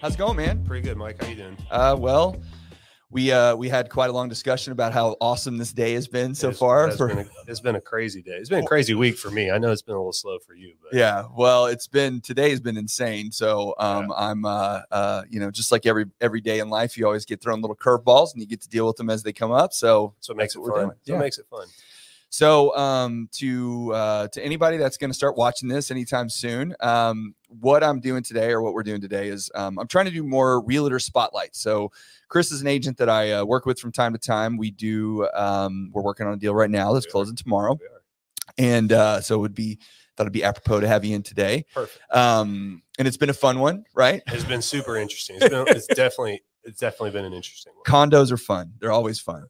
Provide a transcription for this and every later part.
How's it going, man? Pretty good, Mike. How you doing? Uh, well, we uh, we had quite a long discussion about how awesome this day has been so It's- far. it's for- been a, it's been a crazy day. It's been a crazy week for me. I know it's been a little slow for you, but yeah, well, it's been today has been insane. So um, I'm uh, uh, you know just like every every day in life, you always get thrown little curveballs and you get to deal with them as they come up. So so it makes it That's what we're fun. doing. So Yeah. it makes it fun. So, um, to uh, to anybody that's going to start watching this anytime soon, um, what I'm doing today or what we're doing today is um, I'm trying to do more realtor spotlights. So, Chris is an agent that I uh, work with from time to time. We do um, we're working on a deal right now that's We are. closing tomorrow, We are. and uh, so it would be thought it'd be apropos to have you in today. Perfect. Um, and it's been a fun one, right? It's been super interesting. It's been it's definitely it's definitely been an interesting one. Condos are fun; they're always fun.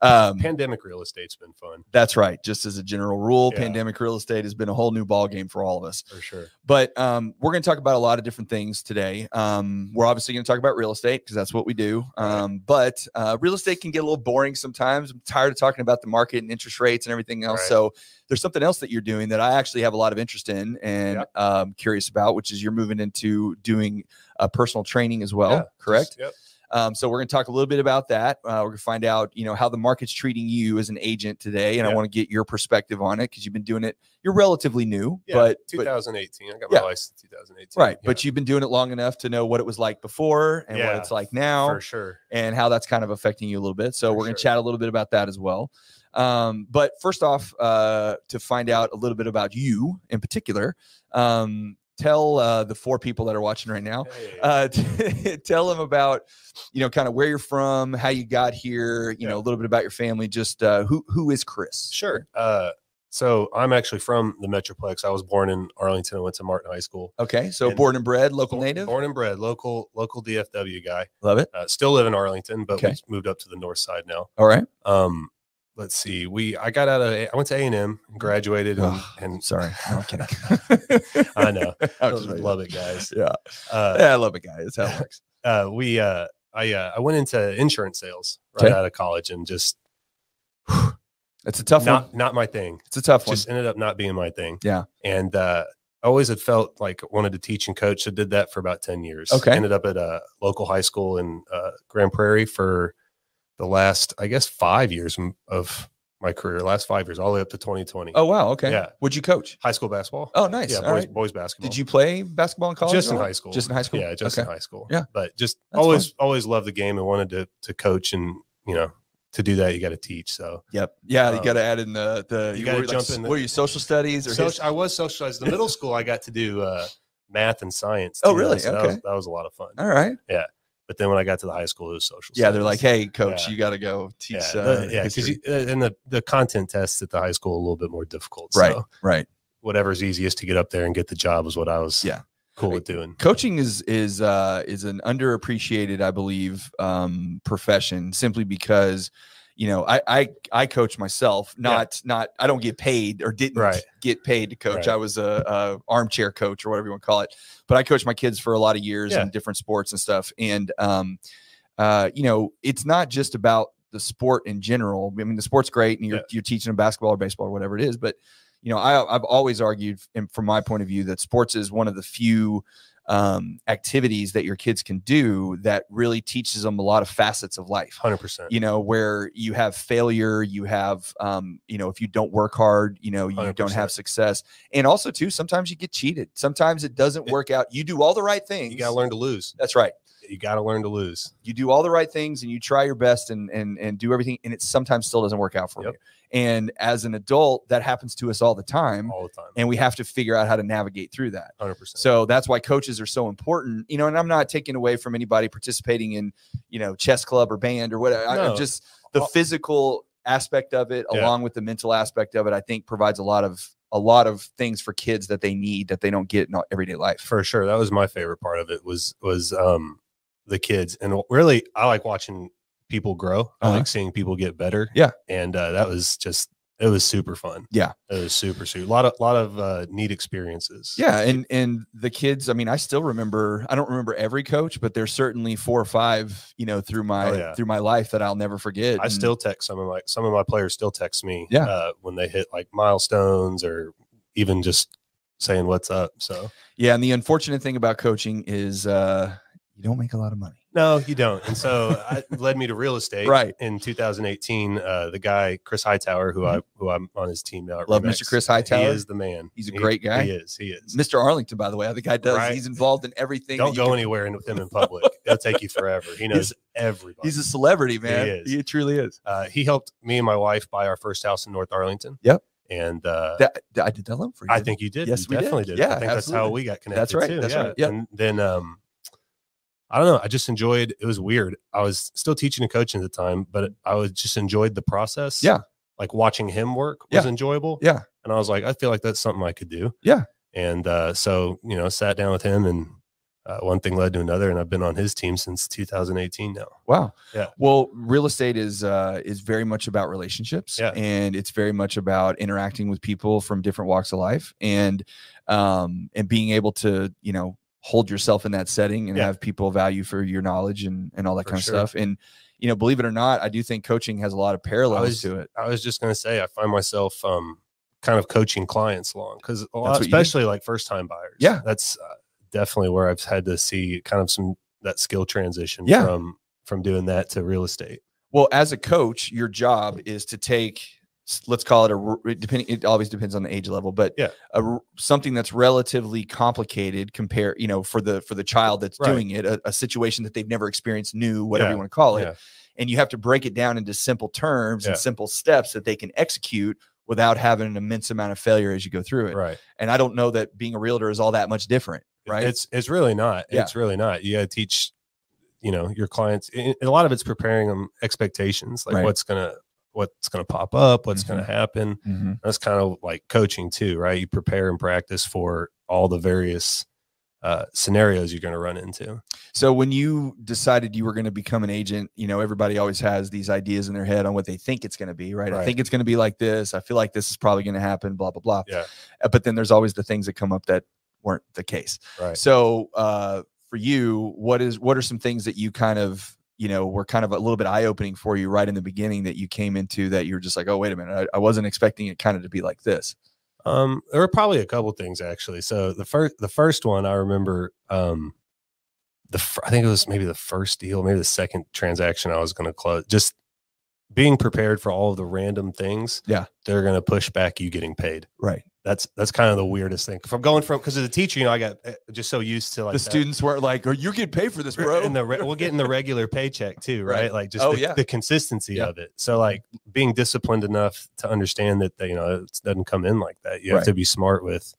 Um, Pandemic real estate's been fun that's right. Just as a general rule, Yeah. pandemic real estate has been a whole new ballgame for all of us. for sure. but um, we're going to talk about a lot of different things today. Um, we're obviously going to talk about real estate because that's what we do. Um, but uh, real estate can get a little boring sometimes. I'm tired of talking about the market and interest rates and everything else. Right. So there's something else that you're doing that I actually have a lot of interest in and Yep. um, curious about, which is you're moving into doing uh, personal training as well, Yeah, just- correct? Yep. Um, so we're going to talk a little bit about that. Uh, we're going to find out, you know, how the market's treating you as an agent today, and I Yeah. want to get your perspective on it because you've been doing it. You're relatively new, Yeah, but, but 2018. I got Yeah. my license in 2018. right, Yeah, but you've been doing it long enough to know what it was like before and what Yeah, it's like now, for sure. and how that's kind of affecting you a little bit. So For we're going to sure. chat a little bit about that as well. Um, but first off, uh, to find out a little bit about you in particular, um, tell uh, the four people that are watching right now Hey. uh, tell them about you know kind of where you're from how you got here you know a little bit about your family just uh, who who is chris Sure. Uh, so I'm actually from the Metroplex. I was born in Arlington. I went to Martin High School. okay so And- born and bred local Born- native born and bred, local local DFW guy. love it Uh, still live in Arlington, but Okay. we moved up to the north side now. all right Um, let's see. We I got out of A- I went to A and M, graduated, and, Ugh, and sorry no, i'm kidding I know. I was just- love it, guys. yeah. Uh, yeah i love it guys that's how it works uh, we uh, I uh, I went into insurance sales right Okay. out of college, and just it's a tough one not not my thing. it's a tough one just ended up not being my thing. Yeah. And uh, I always had felt like wanted to teach and coach. So did that for about 10 years. Okay. Ended up at a local high school in uh, Grand Prairie for the last, I guess, five years m- of my career, last five years, all the way up to 2020. oh wow okay Yeah. would you coach High school basketball. Oh, nice. Yeah, All boys, right. boys basketball. did you play basketball in college Just at in all? high school. just in high school Yeah, just okay. in high school. Yeah. But just That's always, always loved the game and wanted to to coach and, you know, to do that, you got to teach. So yep yeah you Um, gotta add in the the you you gotta were, like, jump s- in the- what are you social studies or Soci- his- I was socialized. The middle school, I got to do uh, math and science. Oh, too, though, really? so that, was, Okay. that was a lot of fun. all right But then when I got to the high school, it was social. yeah they're like studies. hey coach Yeah. you gotta go teach yeah, uh, the- yeah, because history." uh, and the the content tests at the high school are a little bit more difficult. Right. So right whatever's easiest to get up there and get the job is what I was. Yeah. Cool with doing. coaching is is uh is an underappreciated i believe um profession simply because you know i i i coach myself not not i don't get paid or didn't Right. get paid to coach Right. i was a, a armchair coach or whatever you want to call it but i coached my kids for a lot of years Yeah. in different sports and stuff and um uh you know it's not just about the sport in general i mean the sport's great and you're Yeah. you're teaching them basketball or baseball or whatever it is but you know I, i've always argued and from my point of view that sports is one of the few um, activities that your kids can do that really teaches them a lot of facets of life. Hundred percent. You know, where you have failure, you have, um, you know, if you don't work hard, you know, you don't 100%. have success. And also, too, sometimes you get cheated. Sometimes it doesn't It- work out. You do all the right things. You got to learn to lose. That's right. You got to learn to lose. You do all the right things and you try your best and and and do everything, and it sometimes still doesn't work out for Yep. you. And as an adult, that happens to us all the time, All the time. and we have to figure out how to navigate through that. Hundred percent. So that's why coaches are so important, you know. And I'm not taking away from anybody participating in, you know, chess club or band or whatever. I- No. just the All- physical aspect of it, Yeah. along with the mental aspect of it, I think provides a lot of a lot of things for kids that they need that they don't get in everyday life. for sure that was my favorite part of it was was um the kids and really i like watching people grow i Uh-huh. like seeing people get better Yeah. and uh, that was just it was super fun Yeah. it was super super a lot of lot of uh, neat experiences Yeah, and and the kids. I mean, I still remember. I don't remember every coach, but there's certainly four or five, you know, through my Oh, yeah. through my life that I'll never forget. i And- still text some of my some of my players still text me Yeah. uh, when they hit like milestones or even just saying what's up so Yeah, and the unfortunate thing about coaching is, uh, you don't make a lot of money. No, you don't. And so I, it led me to real estate. Right. In 2018, uh, the guy Chris Hightower, who I who I'm on his team now. at Mm-hmm. Love RE/MAX, Mr. Chris Hightower. He is the man. He's a He- great guy. He is. He is. Mr. Arlington, by the way, how the guy does. Right. He's involved in everything. that Don't you go can- anywhere in, with him in public. It'll take you forever. He knows everybody. He's a celebrity, man. is. He truly is. uh, he helped me and my wife buy our first house in North Arlington. Yep. And uh, That, I did that loan for you. I didn't think you did. Yes, You we did. definitely did. Yeah, I think that's how absolutely. we got connected. That's right. Too. That's yeah. right. Yeah. And then um, I don't know. I just enjoyed. It was weird. I was still teaching and coaching at the time, but I was just enjoyed the process. Yeah. Like watching him work was Yeah. enjoyable. Yeah. And I was like, I feel like that's something I could do. Yeah. And uh, so you know, sat down with him, and uh, one thing led to another, and I've been on his team since 2018 now. Wow. Yeah. Well, real estate is uh, is very much about relationships, Yeah. and it's very much about interacting with people from different walks of life, and um, and being able to you know hold yourself in that setting and Yeah. have people value for your knowledge and and all that For kind sure. of stuff. And you know, believe it or not, I do think coaching has a lot of parallels was- to it. I was just gonna say I find myself um kind of coaching clients along because a lot, what you do. especially like first time buyers. Yeah. that's uh, definitely where I've had to see kind of some that skill transition Yeah. from from doing that to real estate. Well, as a coach, your job is to take s- let's call it a r- it depending it always depends on the age level but Yeah. a r- something that's relatively complicated compare you know for the for the child that's Right. doing it a, a situation that they've never experienced new whatever Yeah, you want to call it yeah. and you have to break it down into simple terms Yeah. and simple steps that they can execute without having an immense amount of failure as you go through it Right. and i don't know that being a realtor is all that much different right It's it's really not. Yeah. It's really not. You got to teach, you know, your clients. and a lot of it's preparing them expectations, like Right. what's gonna what's gonna pop up, what's gonna happen. Mhm. that's kind of like coaching too, right? You prepare and practice for all the various uh, scenarios you're going to run into. So when you decided you were going to become an agent, you know, everybody always has these ideas in their head on what they think it's going to be, right? I Right. think it's going to be like this. I feel like this is probably going to happen, blah, blah, blah. Yeah. Uh, But then there's always the things that come up that weren't the case. Right. So uh, for you, what is what are some things that you kind of you know were kind of a little bit eye opening for you right in the beginning that you came into that you were just like, oh wait a minute, I, I wasn't expecting it kind of to be like this. Um, there were probably a couple things actually. So the first, the first one I remember, um, the fir- I think it was maybe the first deal, maybe the second transaction I was going to close. Just being prepared for all of the random things. Yeah. they're going to push back you getting paid. Right. That's that's kind of the weirdest thing. From going from because as a teacher, you know, I got uh, just so used to like the that- students weren't like, oh, you get paid for this, bro. And the re- we'll get in the regular paycheck too, right? Right. Like just Oh, the, yeah. the consistency Yeah. of it. So like being disciplined enough to understand that you know it doesn't come in like that. You Right. have to be smart with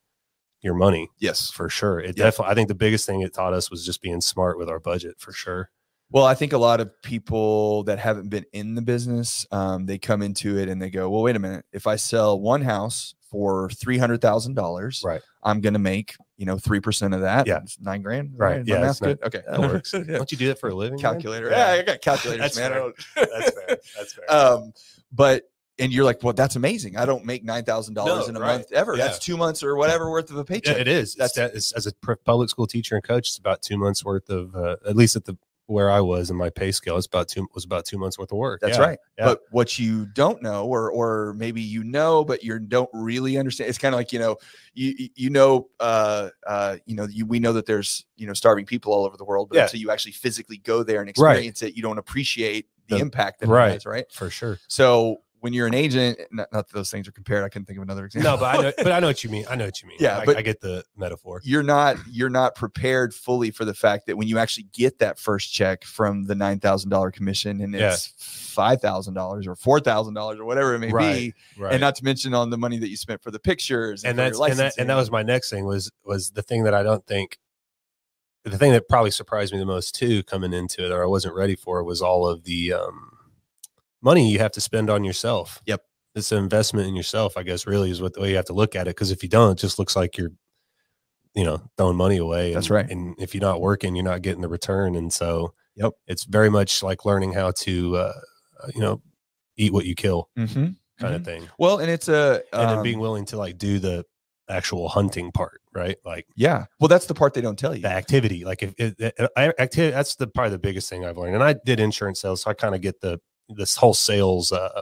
your money yes. for sure. It Yeah. definitely. I think the biggest thing it taught us was just being smart with our budget for sure. Well, I think a lot of people that haven't been in the business, um, they come into it and they go, "Well, wait a minute. If I sell one house for three hundred thousand dollars, Right. I'm going to make you know three percent of that. Yeah. It's nine grand. Right. Is Yeah, My math it's not- good. Okay. that works. Yeah. Don't you do that for a living? man? Calculator. Yeah. Yeah. I got calculators, That's man. I fair. don't- That's fair. That's fair. um, but and you're like, well, that's amazing. I don't make nine thousand dollars No, in a right. month ever. Yeah. That's two months or whatever worth of a Yeah, paycheck. it is. That's That's- it's, as a pr- public school teacher and coach. It's about two months worth of, uh, at least at the where I was in my pay scale. It's about two was about two months worth of work. That's Yeah. right. yeah. But what you don't know, or or maybe you know, but you don't really understand. It's kind of like you know, you you- you know, uh, uh, you know, you, we know that there's you know starving people all over the world, but Yeah. until you actually physically go there and Right. experience it, you don't appreciate the The- impact that right. it has, right? for sure. So when you're an agent, not, not that those things are compared. I couldn't think of another example. No, but I know, but I know what you mean. I know what you mean. Yeah, I, but- I get the metaphor. you're not you're not prepared fully for the fact that when you actually get that first check from the nine thousand dollar commission and Yeah. it's five thousand dollars or four thousand dollars or whatever it may Right. be. Right. and And, not to mention on the money that you spent for the pictures and, for that's your and that and licensing. that was my next thing was was the thing that I don't think the thing that probably surprised me the most too coming into it or I wasn't ready for was all of the um, money you have to spend on yourself. Yep. It's an investment in yourself, I guess really is what the way you have to look at it. Cause if you don't, it just looks like you're you know, throwing money away. That's and- right. And if you're not working, you're not getting the return. And so Yep. it's very much like learning how to uh, you know, eat what you kill. Mhm, kind mhm. of thing. well and it's a And then um, being willing to like do the actual hunting part, right? Like yeah well that's the part they don't tell you the activity, like if it, it, activity, that's the probably the biggest thing I've learned. And I did insurance sales, so I kind of get the this whole sales uh,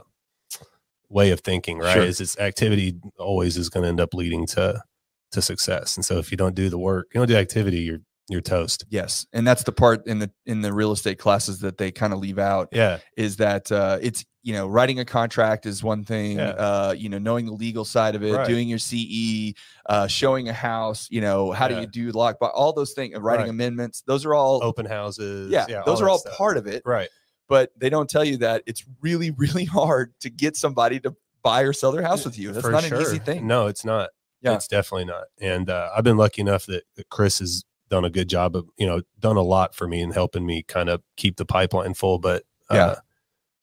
way of thinking, right? Sure. Is it's activity always is going to end up leading to to success. And so if you don't do the work, you don't do activity, you're You're toast. Yes, and that's the part in the in the real estate classes that they kind of leave out Yeah. is that uh, it's you know writing a contract is one thing Yeah. uh, you know knowing the legal side of it Right. doing your ce uh, showing a house you know how Yeah. do you do lock but all those things and writing Right. amendments those are all Open houses. yeah, those that are all stuff. part of it Right. but they don't tell you that it's really really hard to get somebody to buy or sell their house with you that's For not sure. an easy thing No, it's not. Yeah. It's definitely not. And uh, I've been lucky enough that that Chris has done a good job of, you know, done a lot for me and helping me kind of keep the pipeline full. But uh, Yeah.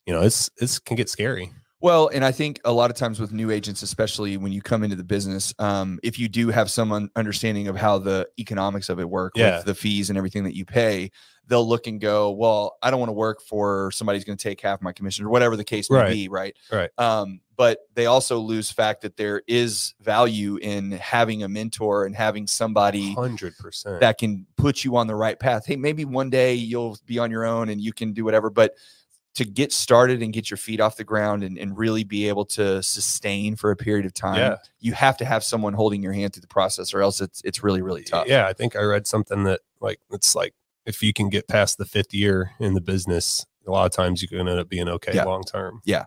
you know, it's it's can get scary. Well, and I think a lot of times with new agents, especially when you come into the business, um, if you do have some un- understanding of how the economics of it work Yeah. with the fees and everything that you pay, they'll look and go, "Well, I don't want to work for somebody's going to take half my commission or whatever the case may Right. be." Right. Right. Um, but they also lose fact that there is value in having a mentor and having somebody Hundred percent. that can put you on the right path. Hey, maybe one day you'll be on your own and you can do whatever, but to get started and get your feet off the ground and, and really be able to sustain for a period of time, Yeah. you have to have someone holding your hand through the process or else it's it's really, really tough. Yeah, I think I read something that like it's like if you can get past the fifth year in the business, a lot of times you can end up being okay Yeah. long term. Yeah.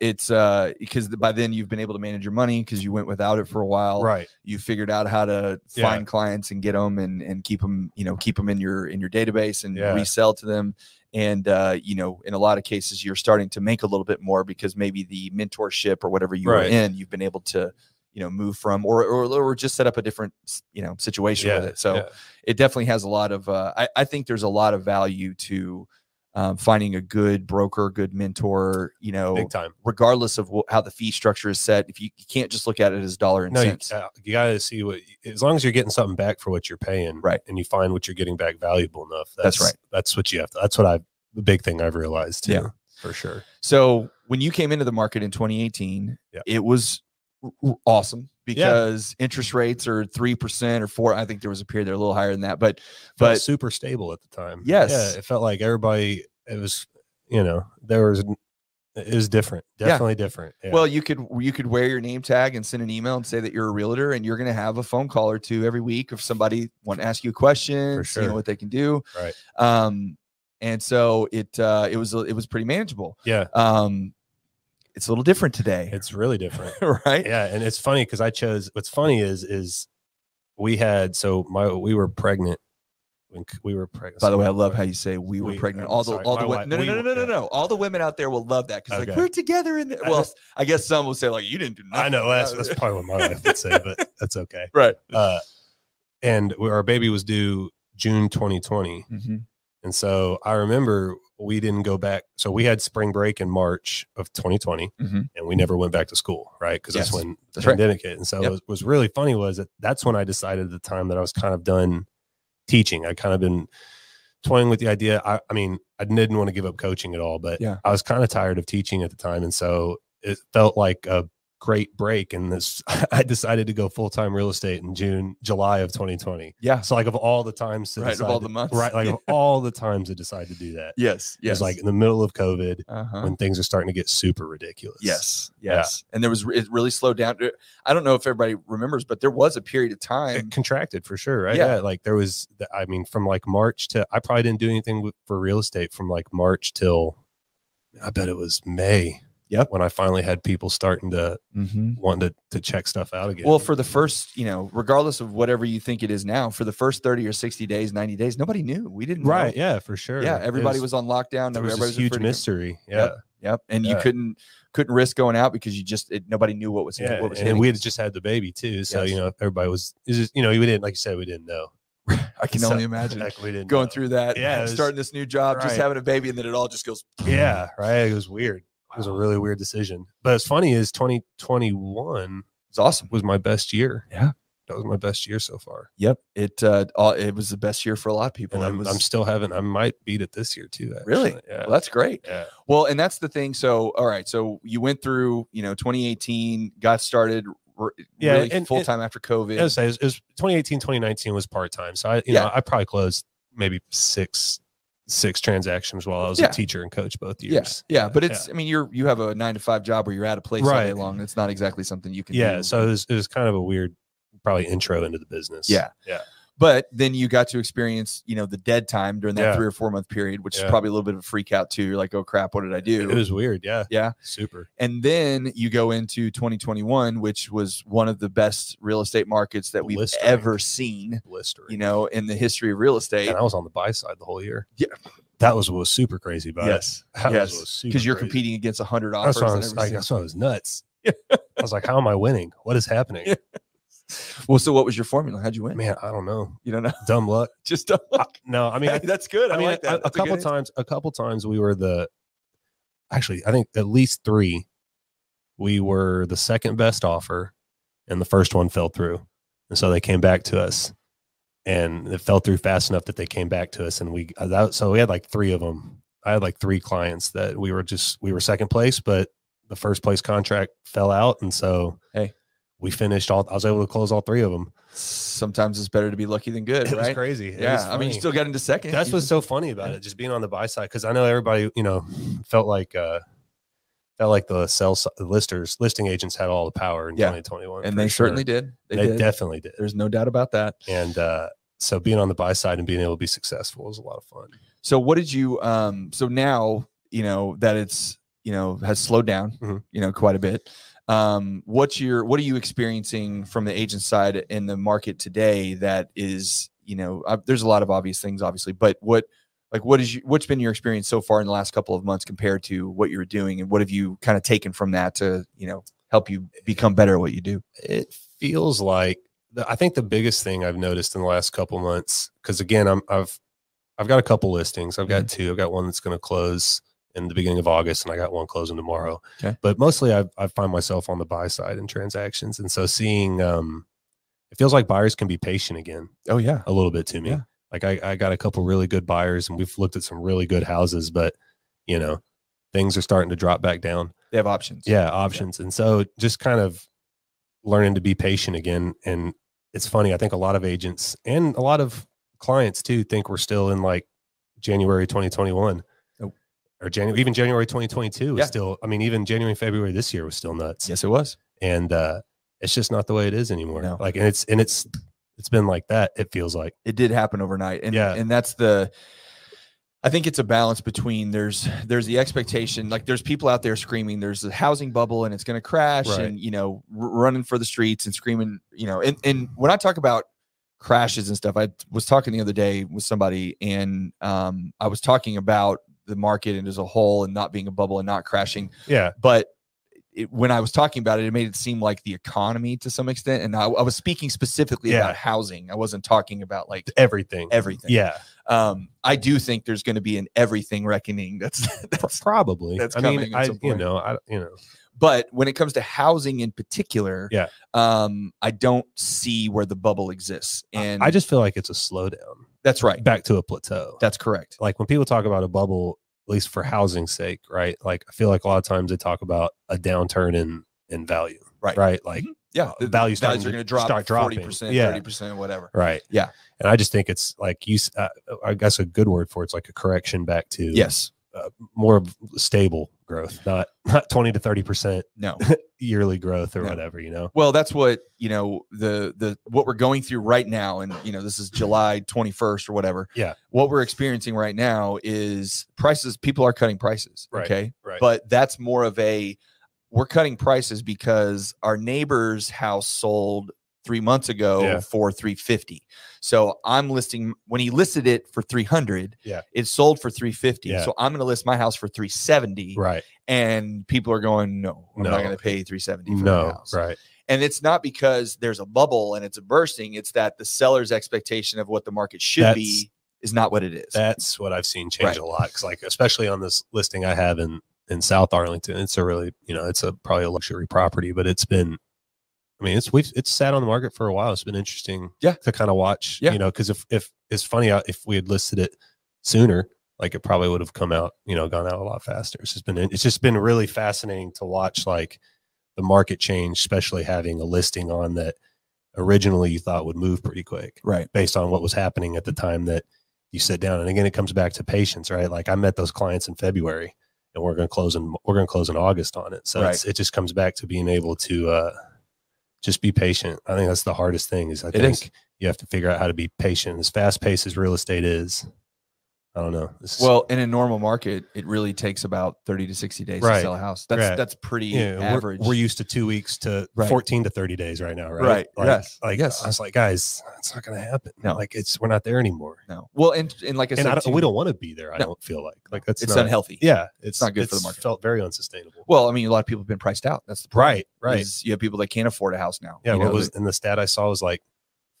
It's uh because by then you've been able to manage your money because you went without it for a while. Right. You figured out how to Yeah. find clients and get them and and keep them, you know, keep them in your in your database and Yeah. resell to them. And uh, you know, in a lot of cases, you're starting to make a little bit more because maybe the mentorship or whatever you Right. were in, you've been able to, you know, move from or or, or just set up a different, s- you know, situation with it. So yeah. it definitely has a lot of. Uh, I I think there's a lot of value to um, finding a good broker, good mentor. You know, big time. regardless of wh- how the fee structure is set, if you, you can't just look at it as dollar and No, you, cents. uh, you gotta see what as long as you're getting something back for what you're paying, Right. And you find what you're getting back valuable enough. That's right. That's what you have to. That's what I the big thing I've realized too, Yeah. for sure. So when you came into the market in 2018, Yeah. it was r- r- awesome because interest rates are three percent or four. I think there was a period they're a little higher than that, but Felt But- super stable at the time. Yes. yeah, it felt like everybody. It was, you know, there was. It was different. Yeah. Definitely different. Yeah. well, you could you could wear your name tag and send an email and say that you're a realtor, and you're going to have a phone call or two every week if somebody want to ask you a question, see, you sure. know what they can do, Right. Um, and so it uh, it was it was pretty manageable. yeah, Um, it's a little different today, it's really different. right? yeah and it's funny because i chose what's funny is is we had so my we were pregnant when c- we were pregnant By the way, I love how you say we were We- pregnant. I'm All the sorry, all the my women, wife- no, no we no no were- no no yeah. no. All the women out there will love that because like Okay. we're together in. The, I well, just- I guess some will say like you didn't do nothing. i know that's that's probably what my wife would say but that's okay right. uh and we, our baby was due june 2020 and so i remember we didn't go back so we had spring break in march of 2020 Mhm. and we never went back to school right because that's Yes. when That's right. pandemic hit. And so Yep. what was really funny was that that's when I decided at the time that I was kind of done teaching. I kind of been toying with the idea. I, I mean, I didn't want to give up coaching at all, but Yeah. I was kind of tired of teaching at the time. And so it felt like a great break. And this, I decided to go full time real estate in June, July of 2020. Yeah. So like of all the times, to Right, of decide all to- the months. right? Like of all the times to decide to do that. Yes. It was Yes. like in the middle of COVID uh-huh. when things are starting to get super ridiculous. Yes. Yeah. Yes. And there was it really slowed down. I don't know if everybody remembers, but there was a period of time. it contracted for sure, right? Yeah. Yeah. like there was, th- I mean, from like March to, I probably didn't do anything with, for real estate from like March till, I bet it was May. Yep. When I finally had people starting to Mm-hmm. want to, to check stuff out again. Well, for the first, you know, regardless of whatever you think it is now, for the first 30 or 60 days, 90 days, nobody knew. We didn't know. right. Yeah, for sure. Yeah. It Everybody was, on lockdown. there was everybody this huge afraid to go- mystery. Yeah. Yep. And you Yeah. couldn't couldn't risk going out because you just it, nobody knew what was Yeah. what was And hitting we us. had just had the baby too. So, Yes. you know, everybody was, it's just, you know, we didn't, like you said, we didn't know. I can So- only imagine Heck, we didn't going know. through that. Yeah, it was- starting this new job, just right. having a baby, and then it all just goes. Yeah, right. It was weird. It was a really weird decision. But it's funny is 2021 It's awesome. was my best year. Yeah. That was my best year so far. Yep. It uh, all, it was the best year for a lot of people. And it I'm, was I'm still having, I might beat it this year too. actually. Really? Yeah. well, that's great. yeah. Well, and that's the thing. So, all right. So you went through, you know, 2018, got started. r- Yeah, really and- full time after COVID. I would say it was, it was 2018, 2019 was part time. So I, you Yeah. know, I probably closed maybe six, six transactions while I was Yeah. a teacher and coach both yeah, years. yeah, but it's. I mean, you're you have a nine to five job where you're at a place all day Right. long. It's not exactly something you can. yeah. do. So it was, it was kind of a weird, probably intro into the business. Yeah. Yeah. But then you got to experience, you know, the dead time during that Yeah. three or four month period, which Yeah. is probably a little bit of a freak out too. You're like, oh crap, what did I do? It was weird. Yeah. yeah. Super. And then you go into 2021, which was one of the best real estate markets that we've Blistering. ever seen, Blistering. you know, in the history of real estate. and I was on the buy side the whole year. Yeah. That was what was super crazy about it. Yes. That was yes. what was super Because you're crazy. competing against 100 offers. That's why I and was like, everything. that's why I was nuts. I was like, how am I winning? What is happening? Yeah. well, so what was your formula? How'd you win? Man, I don't know. You don't know. Dumb luck. Just don't. I- no, I mean, I, that's good. I, I mean, like a- that. a, That's good couple answer. times, a couple times we were the, actually, I think at least three, we were the second best offer, and the first one fell through, and so they came back to us, and it fell through fast enough that they came back to us, and we uh, that, so we had like three of them. I had like three clients that we were just we were second place, but the first place contract fell out, and so Hey. we finished all. I was able to close all three of them. Sometimes it's better to be lucky than good, It was right? crazy. It Yeah. was I mean, you funny. still got into second. That's You what's just- so funny about yeah. it, just being on the buy side, because I know everybody, you know, felt like uh felt like the sell si- the listers, listing agents had all the power in Yeah. 2021, And for they sure. certainly did. They, they, did. definitely did. There's no doubt about that. And uh, so being on the buy side and being able to be successful was a lot of fun. So what did you um so now, you know, that it's, you know, has slowed down, Mhm. you know, quite a bit. Um what's your what are you experiencing from the agent side in the market today that is, you know, uh, there's a lot of obvious things obviously, but what like what is you, what's been your experience so far in the last couple of months compared to what you were doing and what have you kind of taken from that to, you know, help you become better at what you do? It feels like the, I think the biggest thing I've noticed in the last couple months, because again, I'm I've I've got a couple listings. I've got Mm-hmm. two. I've got one that's going to close in the beginning of August, and I got one closing tomorrow. Okay. But mostly, I I find myself on the buy side in transactions, and so seeing um, it feels like buyers can be patient again Oh yeah. a little bit to me. Yeah. Like I, I got a couple really good buyers, and we've looked at some really good houses, but you know, things are starting to drop back down They have options. yeah options and so just kind of learning to be patient again and it's funny i think a lot of agents and a lot of clients too think we're still in like january 2021 Nope. or january even january 2022 is Yeah. still i mean even january february this year was still nuts Yes, it was. and uh it's just not the way it is anymore No. like and it's and it's it's been like that it feels like it did happen overnight and Yeah. and that's the i think it's a balance between there's there's the expectation like there's people out there screaming there's a housing bubble and it's going to crash Right. and you know r- running for the streets and screaming you know and and when i talk about crashes and stuff i was talking the other day with somebody and um i was talking about the market and as a whole and not being a bubble and not crashing yeah but it, when I was talking about it, it made it seem like the economy to some extent. And I, I was speaking specifically Yeah. about housing. I wasn't talking about like everything everything. yeah Um, I do think there's going to be an everything reckoning. That's that's. probably That's i coming mean at i some you point. know i you know But when it comes to housing in particular, Yeah. Um, I don't see where the bubble exists, I- and i just feel like it's a slowdown that's right. back to a plateau That's correct. like when people talk about a bubble, at least for housing's sake, right? Like I feel like a lot of times they talk about a downturn in in value, Right. Mm-hmm. Right, like Yeah, the values starting are to going to drop start forty dropping. percent, Yeah. thirty percent, whatever. right, Yeah. And I just think it's like you. s- Uh, I guess a good word for it's like a correction back to uh, Yes. more of stable growth, not not twenty to thirty percent No. yearly growth or No. whatever. You know, Well, that's what you know the the what we're going through right now, and you know this is July twenty first or whatever. Yeah. what we're experiencing right now is prices. People are cutting prices. Right, Okay, right? but that's more of a we're cutting prices because our neighbor's house sold three months ago Yeah. for 350 so i'm listing when he listed it for 300 Yeah. it sold for 350 Yeah. so i'm going to list my house for 370 right, and people are going no i'm not No. going to pay 370 for my no, house right, and it's not because there's a bubble and it's a bursting it's that the seller's expectation of what the market should That's- be is not what it is that's what I've seen change Right. a lot. 'Cause, like especially on this listing I have in in South Arlington, it's a really you know it's a probably a luxury property, but it's been, I mean it's we've it's sat on the market for a while. It's been interesting, Yeah. to kind of watch, Yeah. you know, because if if it's funny uh, if we had listed it sooner, like it probably would have come out, you know, gone out a lot faster. It's just been it's just been really fascinating to watch like the market change, especially having a listing on that originally you thought would move pretty quick right based on what was happening at the time that you sit down. And again, it comes back to patience, right? Like I met those clients in February, and we're going to close in we're going to close in August on it. So it's, it just comes back to being able to uh, just be patient. I think that's the hardest thing is I think is. you have to figure out how to be patient as fast paced as real estate is. I don't know. This is- Well, in a normal market, it really takes about 30 to 60 days to Right, sell a house. That's right. that's pretty yeah, we're- average. We're, used to two weeks to Right. 14 to 30 days right now, right? Right, Like, yes, Like, yes. I was like, guys, it's not going to happen. No. Like, it's, we're not there anymore. no. Well, and, and like I and said, I don't, too, we don't want to be there. I No. don't feel like like that's it's not, unhealthy. Yeah, it's not good for the it's market. Felt very unsustainable. Well, I mean, a lot of people have been priced out. That's the problem. right, right. is You have people that can't afford a house now. Yeah, you what know, was and the stat I saw was like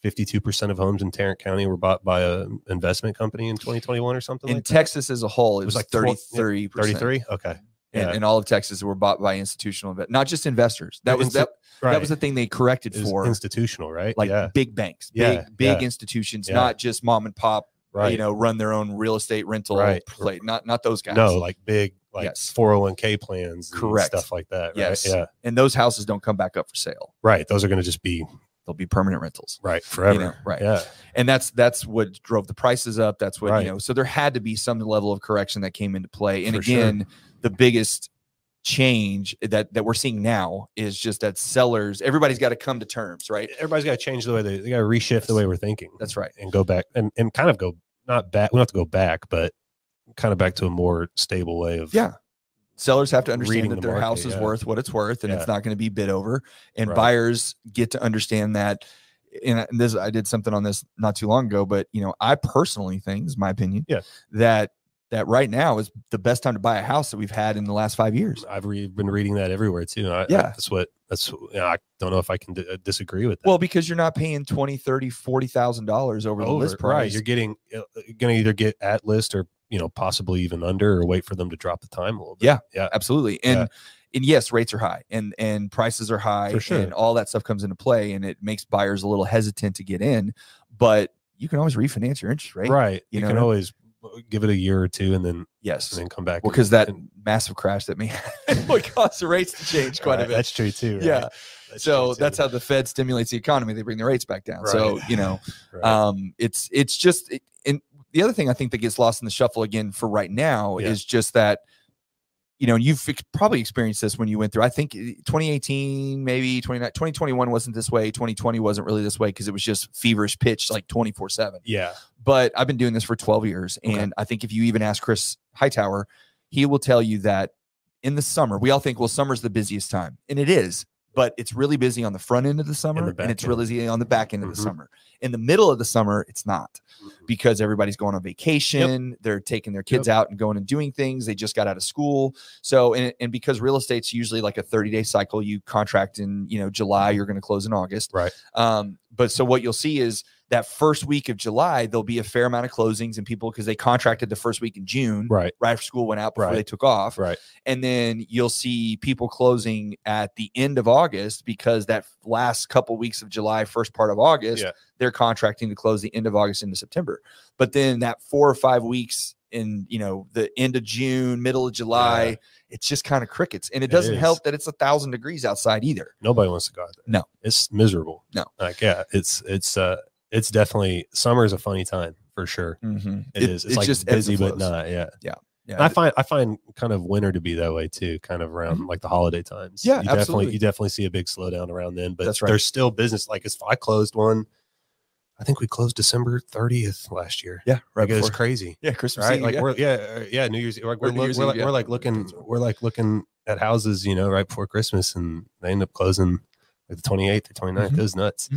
fifty two percent of homes in Tarrant County were bought by a investment company in twenty twenty one or something. in like Texas as a whole, it, It was, was like like twelve- 33 thirty three. Okay, And, yeah. all of Texas were bought by institutional, inve- not just investors. That The was insti- that, right. that was the thing they corrected It was for, institutional, right? like yeah, big banks, Yeah, big big yeah. institutions, Yeah. not just mom and pop. right. You know, run their own real estate rental Right. plate. Not not those guys. no, like big like Yes. four hundred one k plans, and Correct. Stuff like that. Right? Yes. Yeah. and those houses don't come back up for sale. Right. Those are going to just be They'll be permanent rentals. right you forever. know, right. Yeah. And that's that's what drove the prices up. That's what Right. you know. So there had to be some level of correction that came into play. And For sure. again, the biggest change that that we're seeing now is just that sellers everybody's got to come to terms, right? Everybody's got to change the way they, they got to reshift the way we're thinking. That's right. and go back and, and kind of go not back. We don't have to go back, but kind of back to a more stable way of Yeah. Sellers have to understand Reading that the their market, house is yeah. worth what it's worth and Yeah. it's not going to be bid over. And Right. buyers get to understand that and I- and this I did something on this not too long ago, but you know, I personally think, this is my opinion, Yeah. that that right now is the best time to buy a house that we've had in the last five years. I've re- been reading that everywhere too. I, I- Yeah. that's what that's. You know, I don't know if I can d- uh, disagree with that. Well, because you're not paying 20, 30, 40,000 dollars over the Over- list right, price. you're getting uh, you're going to either get at list or you know possibly even under or wait for them to drop the time a little bit. Yeah. yeah, Absolutely. And and yes, rates are high and and prices are high For sure. and all that stuff comes into play and it makes buyers a little hesitant to get in, but you can always refinance your interest rate. right. You You, know can what I- always uh, give it a year or two and then Yes. and then come back. Well, and- because that and- massive crash that may would cause the rates to change quite a Right, bit. That's true too. right? Yeah. That's so true, too. that's how the Fed stimulates the economy. They bring the rates back down. So Right. you know, Right. um, it's it's just it, and the other thing I think that gets lost in the shuffle again for right now Yeah. is just that you know and you've ex- probably experienced this when you went through. I think uh, 2018, maybe 29 2021 wasn't this way. 2020 wasn't really this way because it was just feverish pitch like 24 seven yeah, but I've been doing this for 12 years. Okay. And I think if you even ask Chris Hightower, he will tell you that in the summer, we all think, well, summer's the busiest time. And it is, but it's really busy on the front end of the summer back and it's end. really busy on the back end of the Mhm. summer. In the middle of the summer, it's not Mm-hmm. because everybody's going on vacation. They're taking their kids out and going and doing things. They just got out of school. So, and, and because real estate's usually like a 30 day cycle, you contract in, you know, July, you're going to close in August. Right. Um, but so what you'll see is that first week of July, there'll be a fair amount of closings and people because they contracted the first week in June, right, right after school went out before Right. they took off. right, And then you'll see people closing at the end of August because that last couple weeks of July, first part of August, Yeah. they're contracting to close the end of August into September. But then that four or five weeks in, you know, the end of June, middle of July, Yeah. it's just kind of crickets. And it It doesn't is. help that it's a thousand degrees outside either. Nobody wants to go out there. No. It's miserable. No. Like, yeah, it's it's uh it's definitely summer is a funny time for sure. It- Mm-hmm. it is. It's, like just ebbs busy and but flows. not, yeah. Yeah. And I find I find kind of winter to be that way too, kind of around like the holiday times. Mm-hmm. Yeah, you absolutely. definitely you definitely see a big slowdown around then. But That's right. there's still business. Like as I closed one, I think we closed December 30th last year. yeah. Like Right. it was before- crazy yeah. Christmas. right? Eve, Like yeah. we're yeah, uh, yeah, New Year's Eve. Like Or we're, New look, Year's we're Eve, like yeah. we're like looking we're like looking at houses, you know, right before Christmas and they end up closing like the 28th or 29th. Mhm. It was nuts.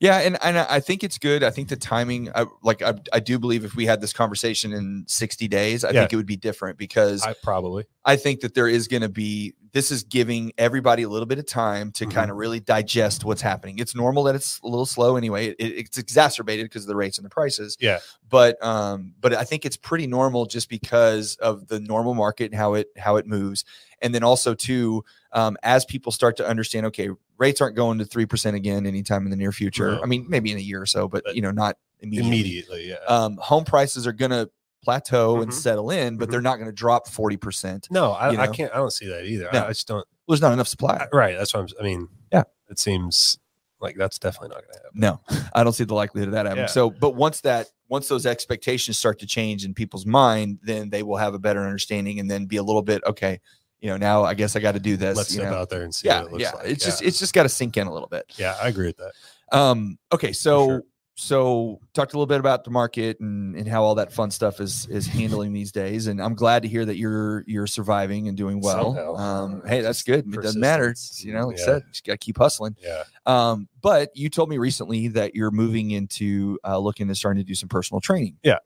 Yeah, and and I I think it's good. I think the timing, I, like I, I do believe, if we had this conversation in sixty days, I Yeah. think it would be different because I, I probably think that there is going to be this is giving everybody a little bit of time to Mhm. kind of really digest what's happening. It's normal that it's a little slow anyway. It, it's exacerbated because of the rates and the prices. Yeah. but um, but I think it's pretty normal just because of the normal market and how it how it moves, and then also too, um, as people start to understand, okay, rates aren't going to three percent again anytime in the near future. No. I mean, maybe in a year or so, but, Uh-huh. But you know, not immediately. immediately. Yeah. Um, home prices are going to plateau and Mhm. settle in, but they're not going to drop forty percent. no, I, you I know? can't. I don't see that either. No. I, I just don't. Well, there's not enough supply. I- right. That's what I'm. s- I mean, Yeah. It seems like that's definitely not going to happen. No, I don't see the likelihood of that happening. Yeah. So, but once that, once those expectations start to change in people's mind, then they will have a better understanding and then be a little bit, okay, you know, now I guess I got to do this. Let's you step know? out there and see Yeah, what it looks yeah. like. It's yeah. just it's just got to sink in a little bit. yeah, I agree with that. Um, okay, so sure. so talked a little bit about the market and and how all that fun stuff is is handling these days. And I'm glad to hear that you're you're surviving and doing well. Somehow. Um, hey, that's good. It doesn't matter. Persistence. It's, You know, like I Yeah. said, just gotta keep hustling. Yeah. Um, but you told me recently that you're moving into uh, looking and starting to do some personal training. Yeah.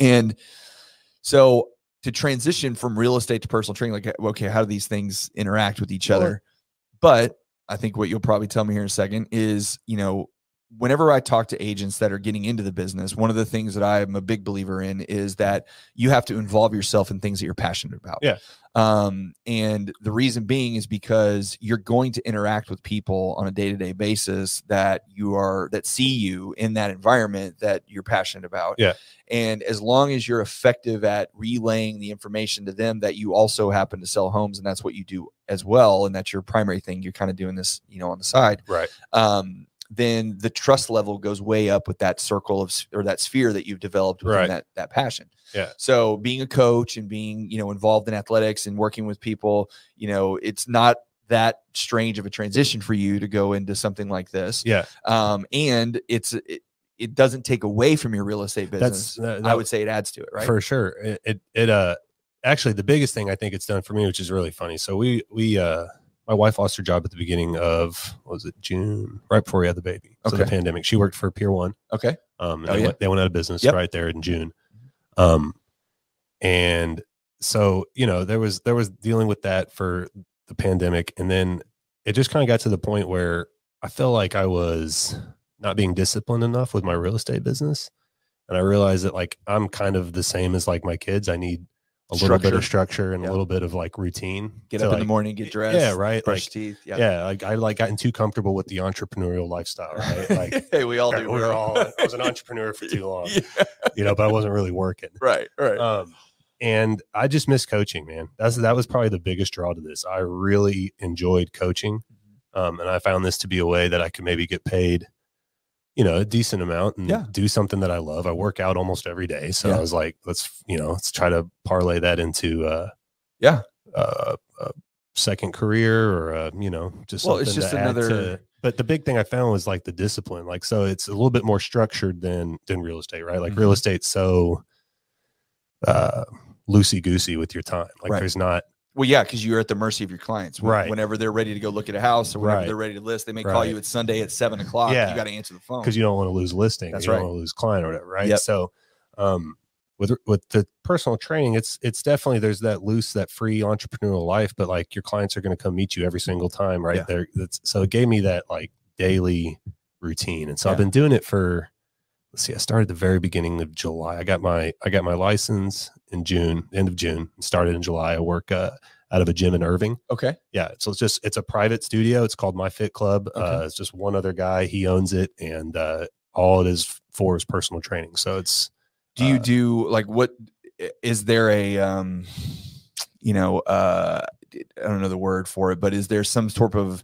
and so to transition from real estate to personal training, like uh, okay, how do these things interact with each Well- other? But I think what you'll probably tell me here in a second is, you know, whenever I talk to agents that are getting into the business, one of the things that I am a big believer in is that you have to involve yourself in things that you're passionate about. Yeah. Um, and the reason being is because you're going to interact with people on a day-to-day basis that you are that see you in that environment that you're passionate about. Yeah. And as long as you're effective at relaying the information to them that you also happen to sell homes and that's what you do as well, and that's your primary thing, you're kind of doing this, you know, on the side Right. um, then the trust level goes way up with that circle of s- or that sphere that you've developed within Right. that that passion. Yeah. So being a coach and being you know involved in athletics and working with people, you know, it's not that strange of a transition for you to go into something like this. Yeah. Um, and it's it, it doesn't take away from your real estate business. That's that, I would say it adds to it, right? for sure it, it it uh actually the biggest thing i think it's done for me which is really funny so we we uh my wife lost her job at the beginning of what was it june right before we had the baby so the Okay. pandemic she worked for pier one okay. um and Oh, they, yeah. went, they went out of business Yep. Mm-hmm. right there in june um and so you know there was there was dealing with that for the pandemic and then it just kind of got to the point where i felt like i was not being disciplined enough with my real estate business and i realized that like i'm kind of the same as like my kids i need a little bit Structure. of structure and Yeah. a little bit of like routine Get to, up in the like- morning, get dressed, yeah right brush like teeth. yeah. like i like gotten too comfortable with the entrepreneurial lifestyle right like hey, we all do. we were all i was an entrepreneur for too long Yeah, you know but i wasn't really working right, right. um, and I just miss coaching, man. That's that was probably the biggest draw to this. I really enjoyed coaching, Mm-hmm. um, and I found this to be a way that I could maybe get paid, you know, a decent amount and Yeah. do something that I love. I work out almost every day, so Yeah. I was like, let's you know, let's try to parlay that into uh, Yeah. uh, a second career or uh, you know, just Well, it's something to just add to- another- but the big thing I found was like the discipline. Like, so it's a little bit more structured than than real estate, right? Like real estate's so uh loosey goosey with your time. Like Right. there's not Well, yeah, because you're at the mercy of your clients. Wh- Right. Whenever they're ready to go look at a house or whenever Right. they're ready to list, they may call Right. you at Sunday at seven o'clock. Yeah. You got to answer the phone. because you don't want to lose listing. That's you right. don't want to lose client or whatever, right? Yep. So um with with the personal training, it's it's definitely there's that loose, that free entrepreneurial life, but like your clients are gonna come meet you every single time, right? Yeah. There that's so it gave me that like daily routine. And so I've Yeah. been doing it for let's see, I started the very beginning of July. I got my I got my license in June, end of June, and started in July. I work uh, out of a gym in Irving. okay. yeah so it's just it's a private studio it's called my fit club uh, it's just one other guy he owns it and uh, all it is for is personal training so it's Do you Uh, do like what? i- Is there a um, you know, uh, I don't know the word for it, but is there some sort of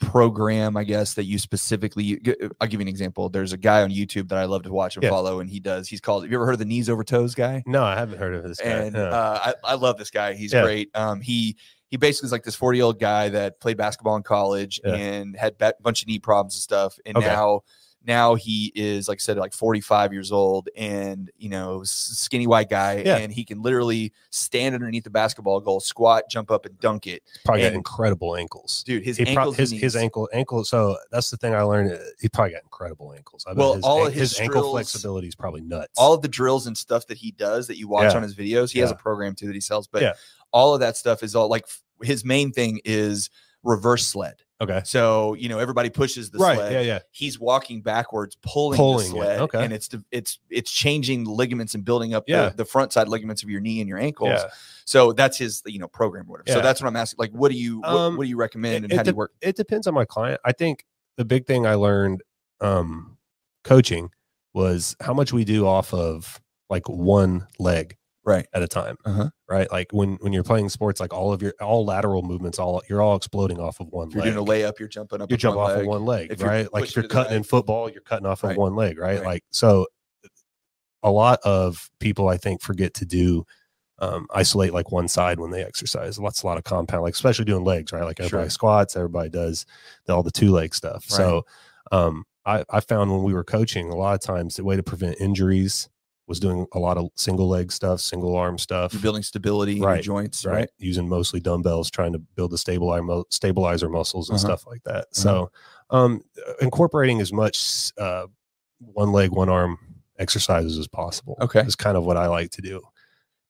program, I guess, that you specifically? g- I'll give you an example. There's a guy on YouTube that I love to watch and Yeah. follow, and he does. He's called. Have you ever heard of the knees over toes guy? no i haven't heard of this guy and no. uh, I, I love this guy. He's Yeah. great. Um, he he basically is like this forty year old guy that played basketball in college Yeah. and had a bunch of knee problems and stuff, and Okay. now now he is like I said, like forty five years old, and you know s- skinny white guy, Yeah. and he can literally stand underneath the basketball goal, squat, jump up, and dunk it. probably got and- incredible ankles Dude, his he pro- ankles, and his, his knees. ankle ankle so that's the thing i learned uh, he probably got incredible ankles I bet Well, his, all an- of his ankle drills- flexibility is probably nuts all of the drills and stuff that he does that you watch Yeah. on his videos. He has a Yeah. program too that he sells, but Yeah. all of that stuff is all like f- his main thing is reverse sled. okay So you know everybody pushes the right sled. yeah yeah He's walking backwards, pulling, Pulling the it, sled, okay. and it's de- it's it's changing the ligaments and building up Yeah. the, the front side ligaments of your knee and your ankles. yeah So that's his you know program or whatever. So Yeah. that's what I'm asking. Like, what do you what, Um, what do you recommend and it how do you dep- work? it depends on my client. I think the big thing I learned um coaching was how much we do off of like one leg Right. at a time. Uh-huh. Right? Like when when you're playing sports like all of your all lateral movements all you're all exploding off of one If you're leg. doing a layup, you're jumping up. you with jump one off of leg. one leg, If you're right? Like pushing if you're to the cutting in back. football, you're cutting off of Right. one leg, right? Right. Like so a lot of people I think forget to do um, isolate like one side when they exercise. Lots, a lot of compound, like especially doing legs, right? Like everybody Sure. squats, everybody does the, all the two leg stuff. So, um, I, I found when we were coaching, a lot of times the way to prevent injuries was doing a lot of single leg stuff, single arm stuff, You're building stability in your Right, joints, right? right? Using mostly dumbbells, trying to build the stabilizer stabilizer muscles and Uh-huh. stuff like that. So, um, incorporating as much uh, one leg, one arm exercises as possible. Okay. Oh is kind of what I like to do.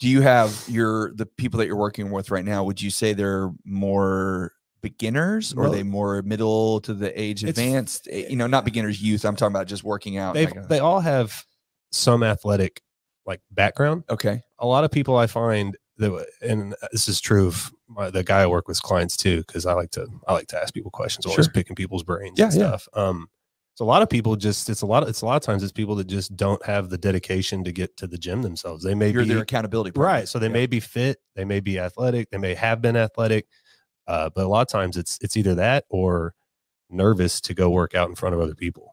Do you have your the people that you're working with right now? Would you say they're more beginners, or are Well- they more middle to the age It's- advanced? Eh, You know, not beginners, youth. I'm talking about just working out. They like a- they all have some athletic like background. okay, a lot of people I find that, and uh, this is true of my, the guy I work with clients too, because I like to I like to ask people questions, always Sure. picking people's brains and Yeah, yeah. stuff. Um, so a lot of people just it's a lot of it's a lot of times it's people that just don't have the dedication to get to the gym themselves. They may you're be their accountability, partner. right, so they Yeah. may be fit, they may be athletic, they may have been athletic, uh, but a lot of times it's it's either that or nervous to go work out in front of other people.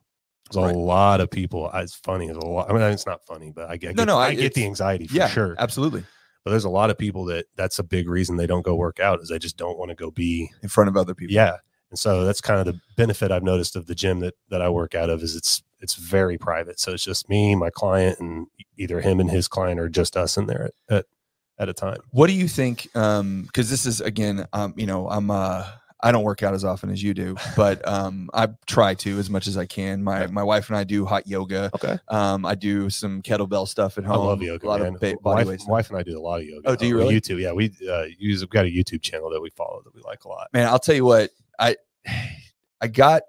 There's Right. a lot of people. It's funny. There's a lot. I mean, it's not funny, but I get No, no, I, I- get the it's- anxiety for yeah, sure absolutely but there's a lot of people that that's a big reason they don't go work out is they just don't want to go be in front of other people. yeah and so that's kind of the benefit i've noticed of the gym that that i work out of is it's it's very private so it's just me my client and e, either him and his client or just us in there at at, at a time What do you think? Um, because this is again, um, you know, I'm uh I don't work out as often as you do, but um I try to as much as I can. My my wife and I do hot yoga. okay Um, I do some kettlebell stuff at i home. love yoga Um, A lot man. of ba- body wife, weight stuff. wife and i do a lot of yoga Oh, do you Uh, really? youtube yeah we uh use we've got a youtube channel that we follow that we like a lot man i'll tell you what i i got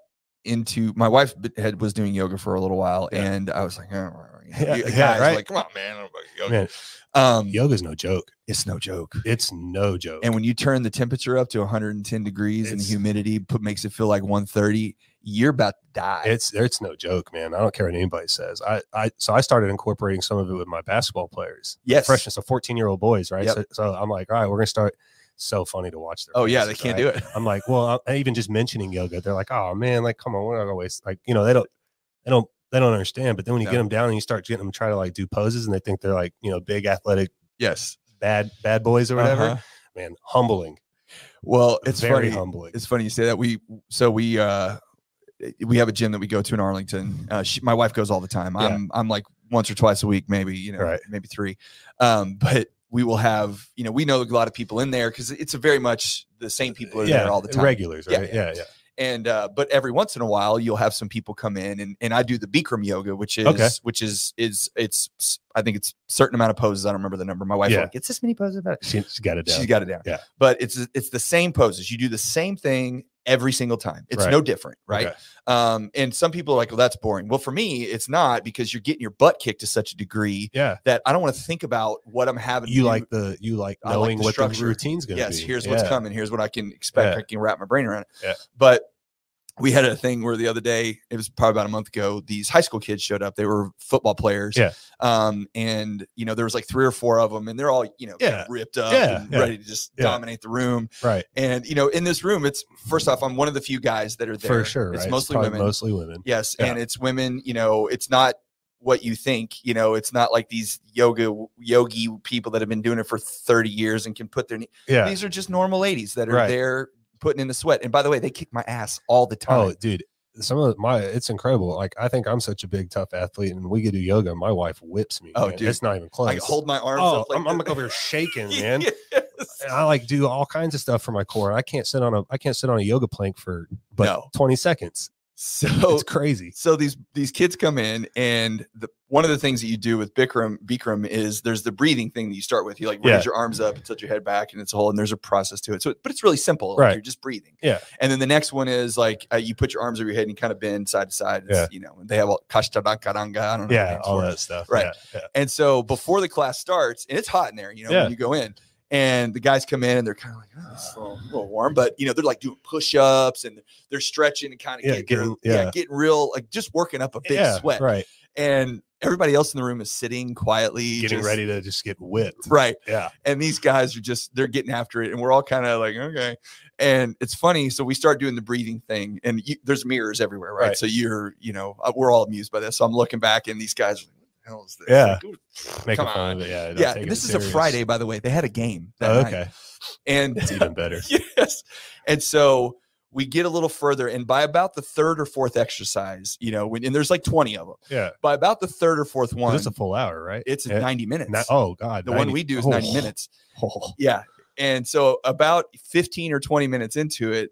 into my wife b- had was doing yoga for a little while Yeah. and i was like "Eh, eh, eh," you Yeah, know, you yeah, guys right. like come on man, I don't fucking yoga." man um yoga's no joke it's no joke it's no joke and when you turn the temperature up to 110 degrees and the It's- humidity put, makes it feel like 130 you're about to die It's it's no joke, man. I don't care what anybody says. I I so I started incorporating some of it with my basketball players. yes Freshmen, so fourteen year old boys, right? Yep. So, so I'm like, all right, we're gonna start. So funny to watch their. oh yeah they faces, can't right? do it I'm like, well, I, even just mentioning yoga, they're like, oh man, like come on, we're not gonna waste. Like you know, they don't, they don't, they don't understand. But then when you No. get them down and you start getting them to try to like do poses, and they think they're like you know big athletic yes bad bad boys or whatever. Uh-huh. Man, humbling. well it's very funny humbling. it's funny you say that. We so we uh we have a gym that we go to in Arlington. Uh, she, my wife goes all the time. Yeah. I'm I'm like once or twice a week, maybe you know, Right. maybe three. Um, but we will have you know we know a lot of people in there because it's a very much the same people are yeah, there all the time. Regulars, Yeah, right? yeah. Yeah, yeah. And uh, but every once in a while you'll have some people come in and and I do the Bikram yoga, which is Okay. which is is it's I think it's certain amount of poses. I don't remember the number. My wife Yeah. like it's this many poses. About it. She, has got it down. She's got it down. Yeah. But it's it's the same poses. You do the same thing every single time. It's Right. no different, right? Okay. Um, and some people are like, well, that's boring. Well, for me, it's not because you're getting your butt kicked to such a degree Yeah. that I don't want to think about what I'm having. to You do. like the you like I like knowing the what structure. the routine's gonna yes, be. here's what's Yeah. coming. Here's what I can expect. Yeah. I can wrap my brain around it. Yeah. But we had a thing where the other day, it was probably about a month ago, these high school kids showed up. They were football players. Yeah. Um, and you know, there was like three or four of them, and they're all, you know, kind of Yeah. ripped up Yeah, and yeah. ready to just Yeah. dominate the room. Right. And you know, in this room, it's first off, I'm one of the few guys that are there. For sure. It's right? mostly probably women. Mostly women. Yes, Yeah. and it's women. You know, it's not what you think. You know, it's not like these yoga yogi people that have been doing it for thirty years and can put their. Knee. Yeah. These are just normal ladies that are Right. there putting in the sweat. And by the way, they kick my ass all the time. Oh, dude. Some of my it's incredible. Like I think I'm such a big tough athlete and we get to yoga. and My wife whips me. Oh, man. dude. It's not even close. I hold my arms. oh, up like I'm, I'm like this. over here shaking, man. Yes. And I like do all kinds of stuff for my core. I can't sit on a I can't sit on a yoga plank for but No. Oh, 20 seconds. So it's crazy. so these these kids come in and the one of the things that you do with Bikram Bikram is there's the breathing thing that you start with. You like raise Yeah. your arms up and tilt your head back and it's a whole and there's a process to it. So but it's really simple. like, Right. you're just breathing. Yeah. And then the next one is like uh, you put your arms over your head and you kind of bend side to side. It's, You know, and they have all kashtadakaranga. I don't know. the Yeah, names all for it. that stuff. Right. Yeah, And so before the class starts, and it's hot in there, you know, Yeah. when you go in, and the guys come in and they're kind of like, oh, this is a little, a little warm, but you know, they're like doing push ups and they're stretching and kind of Yeah, getting, their- getting- yeah. yeah. getting real, like just working up a yeah. big yeah sweat. Right. And everybody else in the room is sitting quietly, Getting just- ready to just get whipped. Right. Yeah. And these guys are just, they're getting after it. And we're all kind of like, okay. And it's funny. So we start doing the breathing thing, and you, there's mirrors everywhere, right? Right. So you're, you know, uh, we're all amused by this. So I'm looking back, and these guys are like, the hell is this? Yeah. Like, Making Come fun of it. Yeah. don't yeah, take it this is serious. a Friday, by the way. They had a game that Oh, night. okay. and It's even better. yes. And so we get a little further, and by about the third or fourth exercise, you know, when, and there's like 20 of them. Yeah. By about the third or fourth one, It's a full hour, right? it's Yeah. 90 minutes. Ni- oh God. the one we do is 90 minutes. Oh. Yeah. And so about 15 or 20 minutes into it,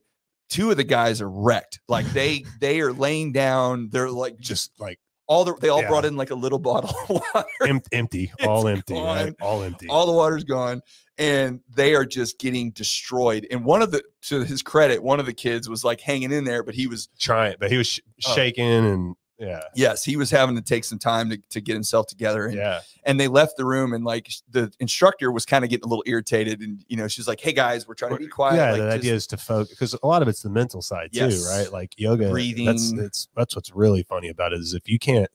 two of the guys are wrecked. Like they they are laying down. They're like just Just like all the, they all Yeah. brought in like a little bottle of water. em- empty, all empty, gone. right? all empty. All the water's gone, and they are just getting destroyed. And one of the, to his credit, one of the kids was like hanging in there, but he was, Trying, but he was sh- Oh. shaking and yeah, yes, he was having to take some time to, to get himself together. And, yeah. and they left the room, and like the instructor was kind of getting a little irritated, and you know, she's like, "Hey guys, we're trying to be quiet." yeah, like, the just- idea is to focus because a lot of it's the mental side Yes. too, right? Like yoga, That's Breathing. it's that's what's really funny about it is if you can't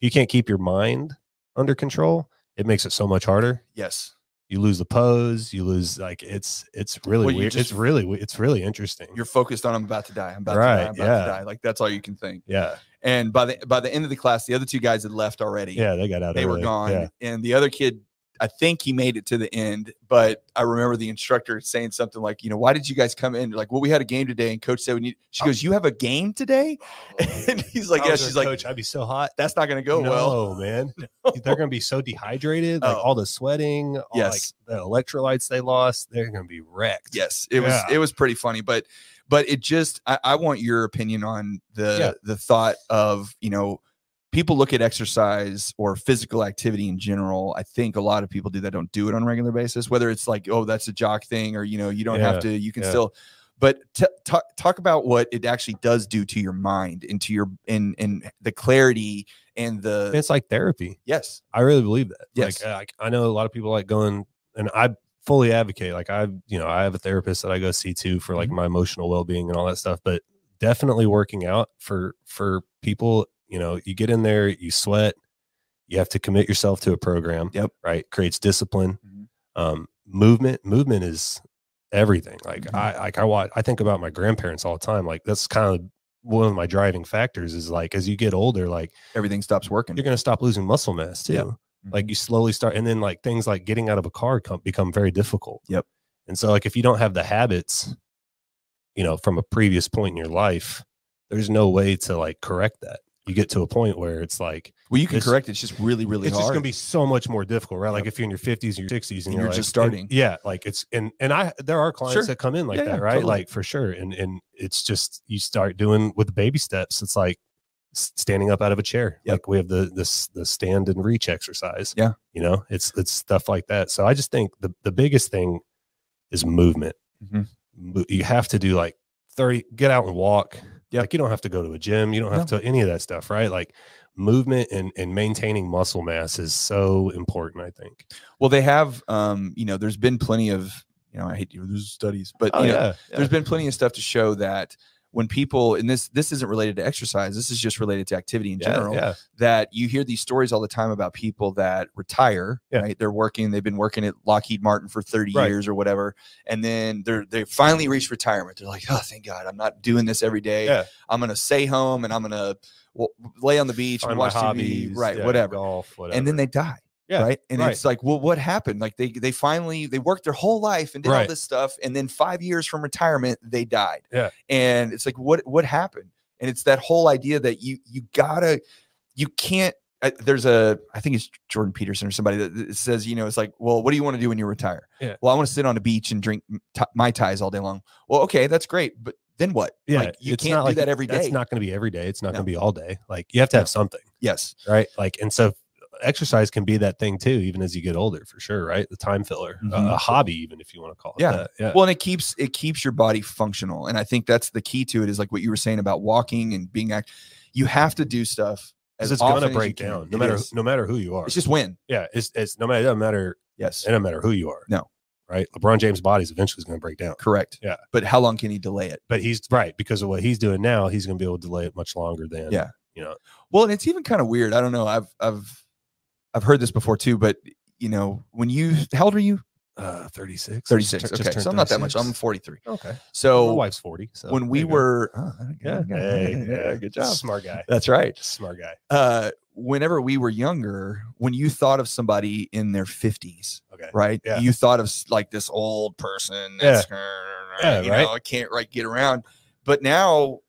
you can't keep your mind under control, it makes it so much harder. yes, You lose the pose, you lose like it's it's really Well, you weird. just- it's really we- it's really interesting. you're focused on I'm about to die. I'm about to die. Right, I'm about yeah. to die. Like that's all you can think. yeah, And by the by the end of the class, the other two guys had left already. yeah, they got out. they were early. gone. Yeah, And the other kid, I think he made it to the end, but I remember the instructor saying something like, you know, why did you guys come in? They're Like, well, we had a game today, and coach said we need. She goes, you have a game today, and he's like, Oh. I yeah. was their She's like, coach, I'd be so hot. that's not going to go no, well. man. They're going to be so dehydrated, like Oh. all the sweating, all Yes. like the electrolytes they lost. They're going to be wrecked. Yes, it was. Yeah. It was pretty funny, but but it just. I, I want your opinion on the Yeah. the thought of you know. People look at exercise or physical activity in general. I think a lot of people do that don't do it on a regular basis. Whether it's like, oh, that's a jock thing, or you know, you don't have Yeah, to. You can yeah. still. But t- talk talk about what it actually does do to your mind and to your and and the clarity and the It's like therapy. yes I really believe that. Yes. Like, uh, like I know a lot of people like going, and I fully advocate. Like I, you know, I have a therapist that I go see too for Mm-hmm. like my emotional well being and all that stuff. But definitely working out for for people. You know, you get in there, you sweat, you have to commit yourself to a program. Yep. Right. Creates discipline. Mhm. Um, movement. Movement is everything. Like Mhm. I like I watch. I think about my grandparents all the time. Like that's kind of one of my driving factors is like as you get older, like everything stops working. you're going to stop losing muscle mass too. Yeah. Mm-hmm. Like you slowly start, and then like things like getting out of a car come, become very difficult. Yep. And so, like, if you don't have the habits, you know, from a previous point in your life, there's no way to like correct that. You get to a point where it's like well, you can this- correct it. It's just really really it's hard. just going to be so much more difficult, right? Like, if you're in your 50s and your 60s and, And you're, you're like- just starting. and- yeah, like it's and and I there are clients Sure. that come in like Yeah, that, yeah, right? totally. Like for sure, and and it's just you start doing with the baby steps. It's like s- standing up out of a chair. Yep. Like we have the this the stand and reach exercise. Yeah. you know, it's it's stuff like that. So I just think the the biggest thing is movement. Mhm. Mo- You have to do like thirty. Get out and walk. Yep. Like you don't have to go to a gym. You don't have to any of that stuff, right? Like movement and and maintaining muscle mass is so important. I think. Well, they have, um, you know, there's been plenty of, you know, I hate to lose studies, but Oh, you know, Oh, there's been plenty of stuff to show that when people, and this this isn't related to exercise, this is just related to activity in yeah, general. yeah. That you hear these stories all the time about people that retire, Yeah. right? They're working, they've been working at Lockheed Martin for 30 Right. years or whatever, and then they're they finally reach retirement. They're like, oh, thank God, I'm not doing this every day. Yeah. I'm gonna stay home and I'm gonna w- lay on the beach Find and my watch TV, right? yeah, whatever golf, whatever. and then they die. Yeah, Right. And right. it's like, well, what happened? Like they they finally they worked their whole life and did all Right. this stuff, and then five years from retirement, they died. Yeah. And it's like, what what happened? And it's that whole idea that you you gotta you can't. I, there's a I think it's Jordan Peterson or somebody that- that says, you know, it's like, well, what do you want to do when you retire? Yeah. Well, I want to sit on a beach and drink t- mai tais all day long. Well, okay, that's great, but then what? yeah, like, you it's can't not do like- that every day. That's not going to be every day. It's not No. going to be all day. Like you have to have something, yes. right? Like, and so exercise can be that thing too, even as you get older, for sure, right? The time filler, a- a, Mhm. hobby, even if you want to call it Yeah. that. Yeah, well and it keeps it keeps your body functional and i think that's the key to it is like what you were saying about walking and being act you have to do stuff as because it's often going as to you break can. down, no It matter is. no matter who you are. it's just when yeah, it's it's no matter it doesn't matter yes it doesn't matter who you are. No. right? LeBron James' body's eventually going to break down, correct Yeah. but how long can he delay it but he's right because of what he's doing now. He's going to be able to delay it much longer than Yeah. you know. well and it's even kind of weird i don't know i've i've i've heard this before too but you know when you how old are you Uh, thirty six. 36 okay so i'm not that much i'm 43 okay. so my wife's 40 so when we there you go. were oh, okay, yeah, okay, yeah, good job smart guy that's right smart guy uh whenever we were younger, when you thought of somebody in their 50s, Okay. right? Yeah. You thought of s- like this old person that's, Yeah, you right. know, I can't right get around. But now,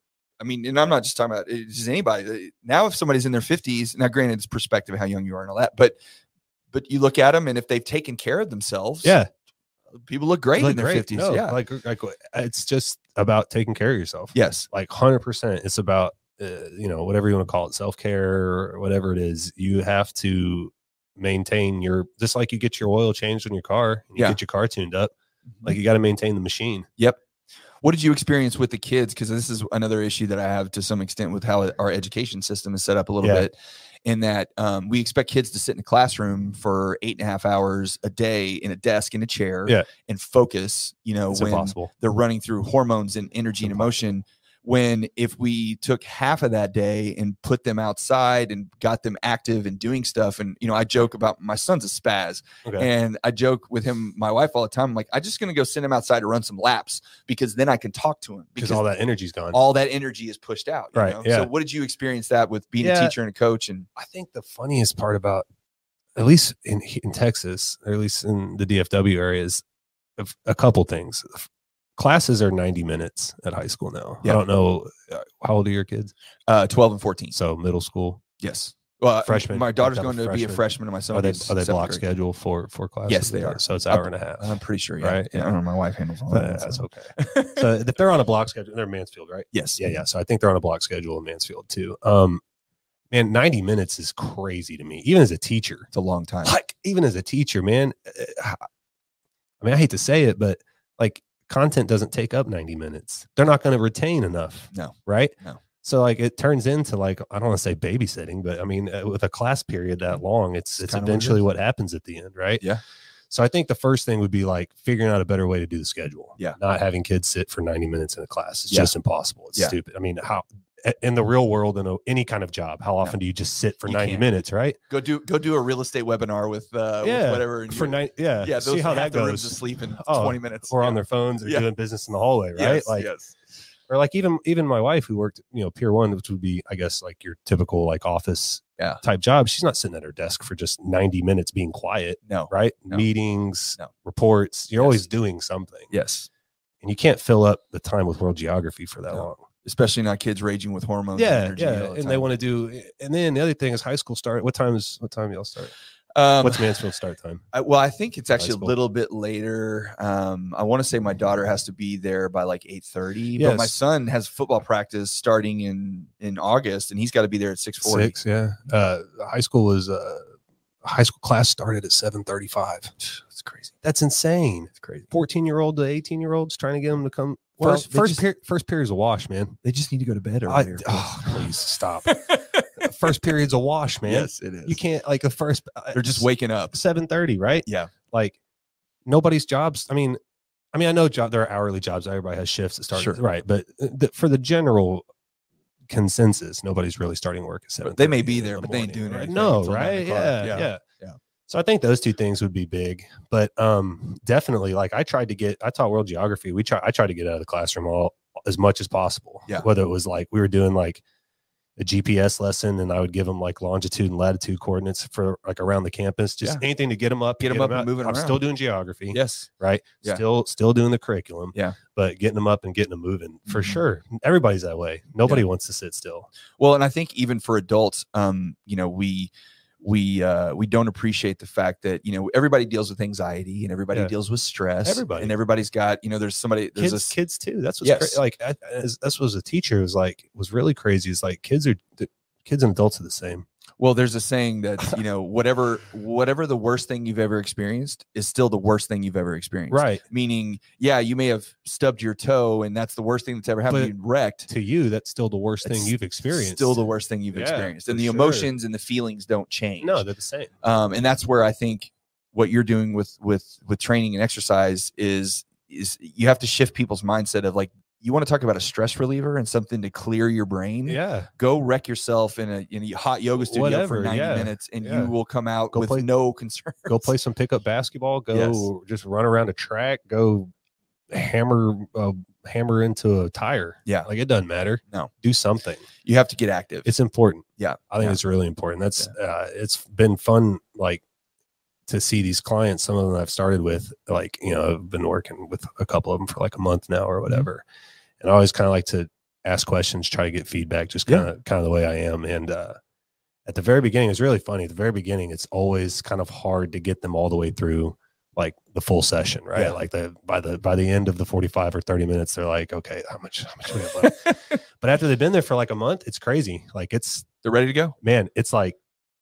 I mean, and I'm not just talking about it's just anybody. uh, Now, if somebody's in their 50s, now granted, it's perspective how young you are and all that, but but you look at them and if they've taken care of themselves, Yeah. people look great in like, their great. 50s. No, yeah. Like, like it's just about taking care of yourself. yes. like 100% it's about uh, you know whatever you want to call it self-care or whatever it is you have to maintain your just like you get your oil changed in your car and you Yeah. get your car tuned up like you got to maintain the machine what did you experience with the kids because this is another issue that i have to some extent with how our education system is set up a little Yeah. bit in that um, we expect kids to sit in a classroom for eight and a half hours a day in a desk in a chair Yeah. and focus you know it's when impossible they're running through hormones and energy and emotion when if we took half of that day and put them outside and got them active and doing stuff and you know i joke about my son's a spaz okay. and I joke with him, my wife, all the time. I'm like, I'm just going to go send him outside to run some laps because then I can talk to him because all that energy's gone all that energy is pushed out. you Right, know? yeah. So, what did you experience that with being a Yeah. teacher and a coach? And i think the funniest part about at least in, in texas or at least in the dfw area is a- a couple things classes are 90 minutes at high school now Yeah. i don't know uh, how old are your kids uh, 12 and 14. so middle school Yes. Well, Freshman, My daughter's like going double to be a freshman, freshman. and my son. are they is are they seventh block grade. schedule for for classes? Yes, they are. So it's Up- hour and a half. I'm pretty sure, yeah. Right, Yeah, I yeah. don't know. My wife handles all But that. that's so. okay. So if they're on a block schedule, they're in Mansfield, right? yes. Yeah, yeah. So I think they're on a block schedule in Mansfield too. Um, man, ninety minutes is crazy to me, even as a teacher. It's a long time. Like even as a teacher, man. uh, I mean, I hate to say it, but like content doesn't take up ninety minutes. They're not going to retain enough. No. right? No. So like it turns into like I don't want to say babysitting, but I mean uh, with a class period that long, it's it's Mm-hmm. kinda what it eventually is. what happens at the end, right? Yeah. So I think the first thing would be like figuring out a better way to do the schedule. Yeah. Not having kids sit for 90 minutes in a class. It's Yeah. just impossible. It's Yeah. stupid. I mean, how a- in the real world in a, any kind of job, how often do you just sit for You 90 can't. minutes, right? Go do go do a real estate webinar with, uh, with Yeah, whatever. and For you- nine, yeah. Yeah. Those See how half that the rooms goes. asleep in Oh, 20 minutes. Or yeah. on their phones or Yeah. doing business in the hallway, right? Yes, like, yes. or like even even my wife who worked you know pier one which would be i guess like your typical like office Yeah. type job she's not sitting at her desk for just 90 minutes being quiet No. right No. meetings No. reports you're Yes. always doing something Yes. and you can't fill up the time with world geography for that No. long Especially not kids raging with hormones. and yeah energy yeah all the and they time. want to do and then the other thing is high school start what time is what time y'all start Um, what's mansfield start time I, well, I think it's actually a school? little bit later. Um, I want to say my daughter has to be there by like eight thirty, but my Yes. son has football practice starting in in August, and he's got to be there at six forty. six yeah uh high school is uh high school class started at 7.35 It's crazy. that's insane It's crazy. 14 year old to 18 year olds trying to get them to come Well, first they first just- peri- first period's a wash man They just need to go to bed I- earlier. oh, please stop first period's a wash man yes, it is. you can't like the first uh, They're just waking up. 7:30 right Yeah. like nobody's jobs i mean i mean i know job there are hourly jobs everybody has shifts that start Sure. right but uh, the, for the general consensus nobody's really starting work at 7 They may be there, but they ain't doing right? anything no until nine right o'clock. yeah, Yeah. yeah Yeah. so i think those two things would be big but um definitely like i tried to get i taught world geography we try i tried to get out of the classroom all as much as possible Yeah. whether it was like we were doing like a GPS lesson, and I would give them like longitude and latitude coordinates for like around the campus, just anything to get them up, Get 'em up and out. moving I'm still around. doing geography, Yes. right? Yeah. Still, still doing the curriculum, Yeah. But getting them up and getting them moving for Mhm. sure. Everybody's that way. Nobody wants to sit still. Well, and I think even for adults, um, you know, we we uh we don't appreciate the fact that you know everybody deals with anxiety and everybody Yeah. deals with stress Everybody. and everybody's got you know there's somebody there's Kids, this kids too. That's what's Yes. cra- like. I, as, that's what as a teacher was like was really crazy. Is like kids are th- kids and adults are the same. Well, there's a saying that you know whatever whatever the worst thing you've ever experienced is still the worst thing you've ever experienced. Right Meaning, yeah, you may have stubbed your toe, and that's the worst thing that's ever happened. But you wrecked. to you, that's still the worst It's thing you've experienced. Still the worst thing you've Yeah, experienced, for and the sure. emotions and the feelings don't change. no, they're the same. um, and that's where I think what you're doing with with with training and exercise is is you have to shift people's mindset of like you want to talk about a stress reliever and something to clear your brain. Yeah. go wreck yourself in a in a hot yoga studio for Whatever, 90 yeah, minutes and yeah. you will come out Go with play- no concern. go play some pickup basketball go just run around a track go hammer a hammer into a tire. Yeah. Like it doesn't matter. No. Do something. You have to get active. It's important. Yeah. I think Yeah. it's really important. That's uh it's been fun like to see these clients, some of them I've started with, like, you know, I've been working with a couple of them for like a month now Mm-hmm. or whatever. And I always kind of like to ask questions, try to get feedback, just Yeah. kind of kind of the way I am. And uh at the very beginning, it's really funny. At the very beginning, it's always kind of hard to get them all the way through like the full session, right? Yeah. Like the by the by the end of the 45 or 30 minutes, they're like, okay, how much how much do we have left? but after they've been there for like a month, it's crazy. Like it's They're ready to go. man, it's like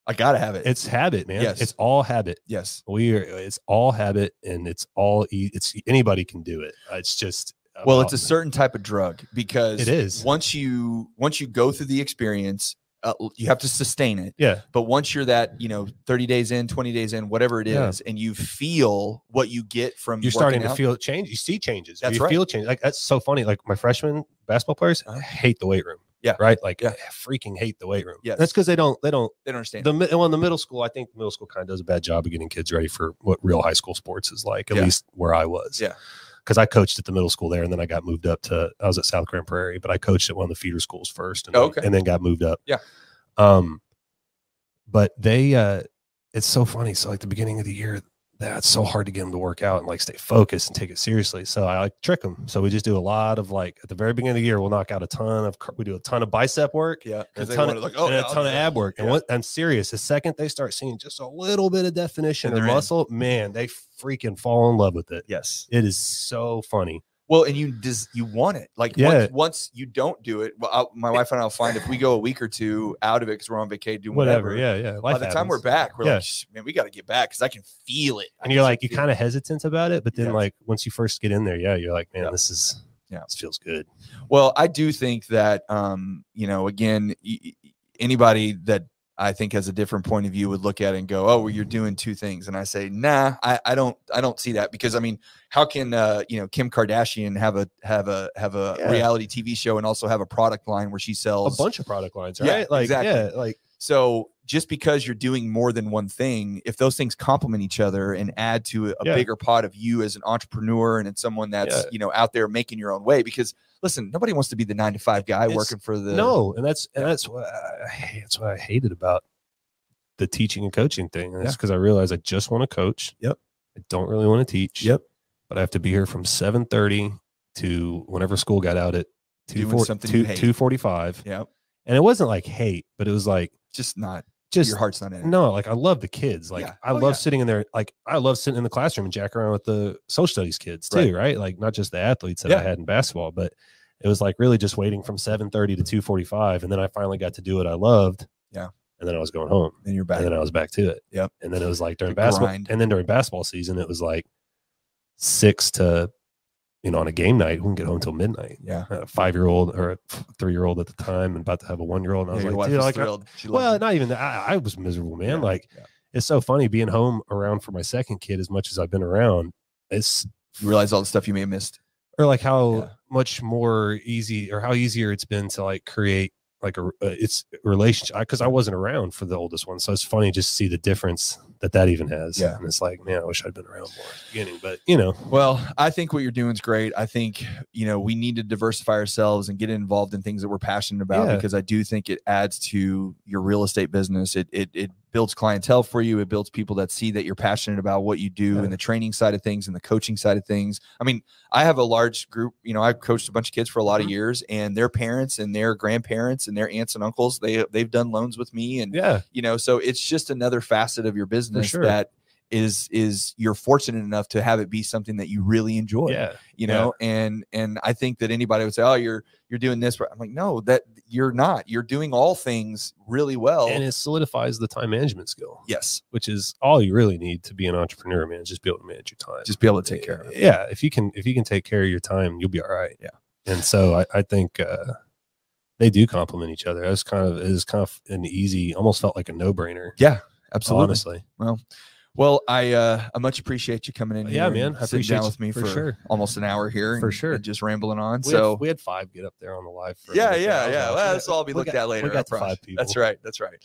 I gotta have it. it's habit, man. Yes. It's all habit. yes. We are it's all habit and it's all e- it's anybody can do it. Uh, It's just oh, Well, it's a about- certain type of drug because it is. once you once you go through the experience, uh, you have to sustain it. Yeah. But once you're that, you know, 30 days in, 20 days in, whatever it Yeah. is, and you feel what you get from You're working starting to out, feel change. You see changes. or That's you right. feel change. Like that's so funny. Like my freshman basketball players Uh-huh. hate the weight room. Yeah. Right. Like Yeah. freaking hate the weight room. Yes. That's because they don't they don't they don't understand. the mi- well in the middle school. I think middle school kind of does a bad job of getting kids ready for what real high school sports is like. At Yeah. least where I was. Yeah. Because I coached at the middle school there, and then I got moved up to I was at South Grand Prairie, but I coached at one of the feeder schools first, and, Oh, then- okay. and then got moved up. Yeah. Um, but they, uh, it's so funny. So like the beginning of the year, that's so hard to get them to work out and like stay focused and take it seriously. So I like trick them. So we just do a lot of like at the very beginning of the year, we'll knock out a ton of cr- we do a ton of bicep work yeah. and Because a they ton want of, to like, oh, and yeah, a I'll ton do of that. ab work. And Yeah. what I'm serious, the second they start seeing just a little bit of definition And or they're in. muscle, man, they freaking fall in love with it. Yes. It is so funny. Well, and you dis- you want it. Like Yeah. once, once you don't do it, well, I'll, my wife and I'll find if we go a week or two out of it because we're on vacation, doing whatever. Whatever. Yeah, yeah. Life By the time we're happens. back, we're Yeah. like, "Shh, man, we got to get back because I can feel it. I and can you're like feel you're it." kind of hesitant about it, but then Yeah. like once you first get in there, yeah, you're like, man, Yeah. this is Yeah. this feels good. Well, I do think that um, you know, again, y- y- anybody that I think has a different point of view would look at it and go, "Oh, well, you're doing two things." And I say, "Nah, I, I don't, I don't see that because I mean, how can uh, you know Kim Kardashian have a have a have a Yeah. reality TV show and also have a product line where she A sells bunch of product lines, right? Yeah, like exactly. yeah, like So just because you're doing more than one thing, if those things complement each other and add to a Yeah. bigger pot of you as an entrepreneur and as someone that's Yeah. you know out there making your own way, because listen, nobody wants to be the nine to five guy It's- working for the no, and that's and that's what I, hate- that's what I hated about the teaching and coaching thing. And that's because I realized I just want to coach. Yep. I don't really want to teach. Yep. But I have to be here from seven thirty to whenever school got out at Doing 2:40 something you two hate. two forty five. Yeah, And it wasn't like hate, but it was like just not just your heart's not in it. no, like I love the kids. Like Yeah. I Oh, love yeah. sitting in there. Like I love sitting in the classroom and jack around with the social studies kids too, Right. right? Like not just the athletes that Yeah. I had in basketball, but it was like really just waiting from seven thirty to two forty five, and then I finally got to do what I loved. Yeah. and then I was going home, Then you're back. and then I was back to it. Yep. and then it was like during The basketball, grind. and then during basketball season, it was like six to, you know, on a game night, we can get home till midnight. yeah. A five year old or a three year old at the time, and about to have a one year old, and I Yeah, was your like, wife dude, was like, I- thrilled. She loved well, it. not even that. I, I was miserable, man. Yeah, Like yeah. it's so funny being home around for my second kid as much as I've been around. It's you realize all the stuff you may have missed. or like how Yeah. much more easy or how easier it's been to like create like a uh, it's a relationship because I wasn't around for the oldest one, so it's funny just to see the difference that that even has. Yeah. and it's like, man, I wish I'd been around more at the beginning, but you know, Well, I think what you're doing is great. I think, you know, we need to diversify ourselves and get involved in things that we're passionate about Yeah. because I do think it adds to your real estate business. It, it, it builds clientele for you. It builds people that see that you're passionate about what you do Yeah. and the training side of things and the coaching side of things. I mean, I have a large group, you know, I've coached a bunch of kids for a Mm-hmm. lot of years and their parents and their grandparents and their aunts and uncles, they, they've done loans with me and yeah, you know so it's just another facet of your business sure. that is is you're fortunate enough to have it be something that you really enjoy yeah, you know and and i think that anybody would say oh you're you're doing this right." i'm like no that you're not you're doing all things really well and it solidifies the time management skill, yes which is all you really need to be an entrepreneur, man. is Just be able to manage your time. just be able to take care of it Yeah, if you can if you can take care of your time, you'll be all right. Yeah. And so I, I think uh they do complement each other. It was kind of it was kind of an easy, almost felt like a no brainer. absolutely Honestly, well i uh i much appreciate you coming in Yeah, here man. and I sitting appreciate down you with me for for sure. almost an hour here For and- sure. and just rambling on we so had, we had five get up there on the live. yeah, yeah, yeah. Well, this will all be looked at later. We I got to promise. five people. That's right. That's right.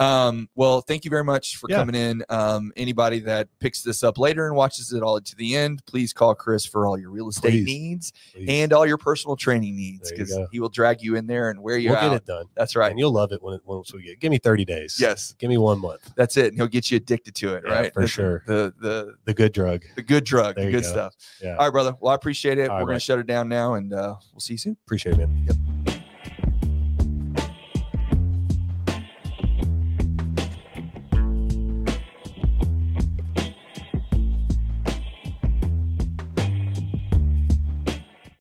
Um, well, thank you very much for Yeah. coming in. Um, anybody that picks this up later and watches it all to the end, please call Chris for all your real estate Please. needs Please. and all your personal training needs There you because go. he will drag you in there and wear you we'll out. get it done, That's right. and you'll love it when it, once we get. Give me thirty days. Yes, give me one month. that's it. And he'll get you addicted to it, Yeah, right? for The- sure. The the The good drug. the good drug, There the you good go. stuff. Yeah. All right, brother. Well, I appreciate it. All We're right, gonna bud. shut it down now, and uh, we'll see you soon. Appreciate it, man. Yep.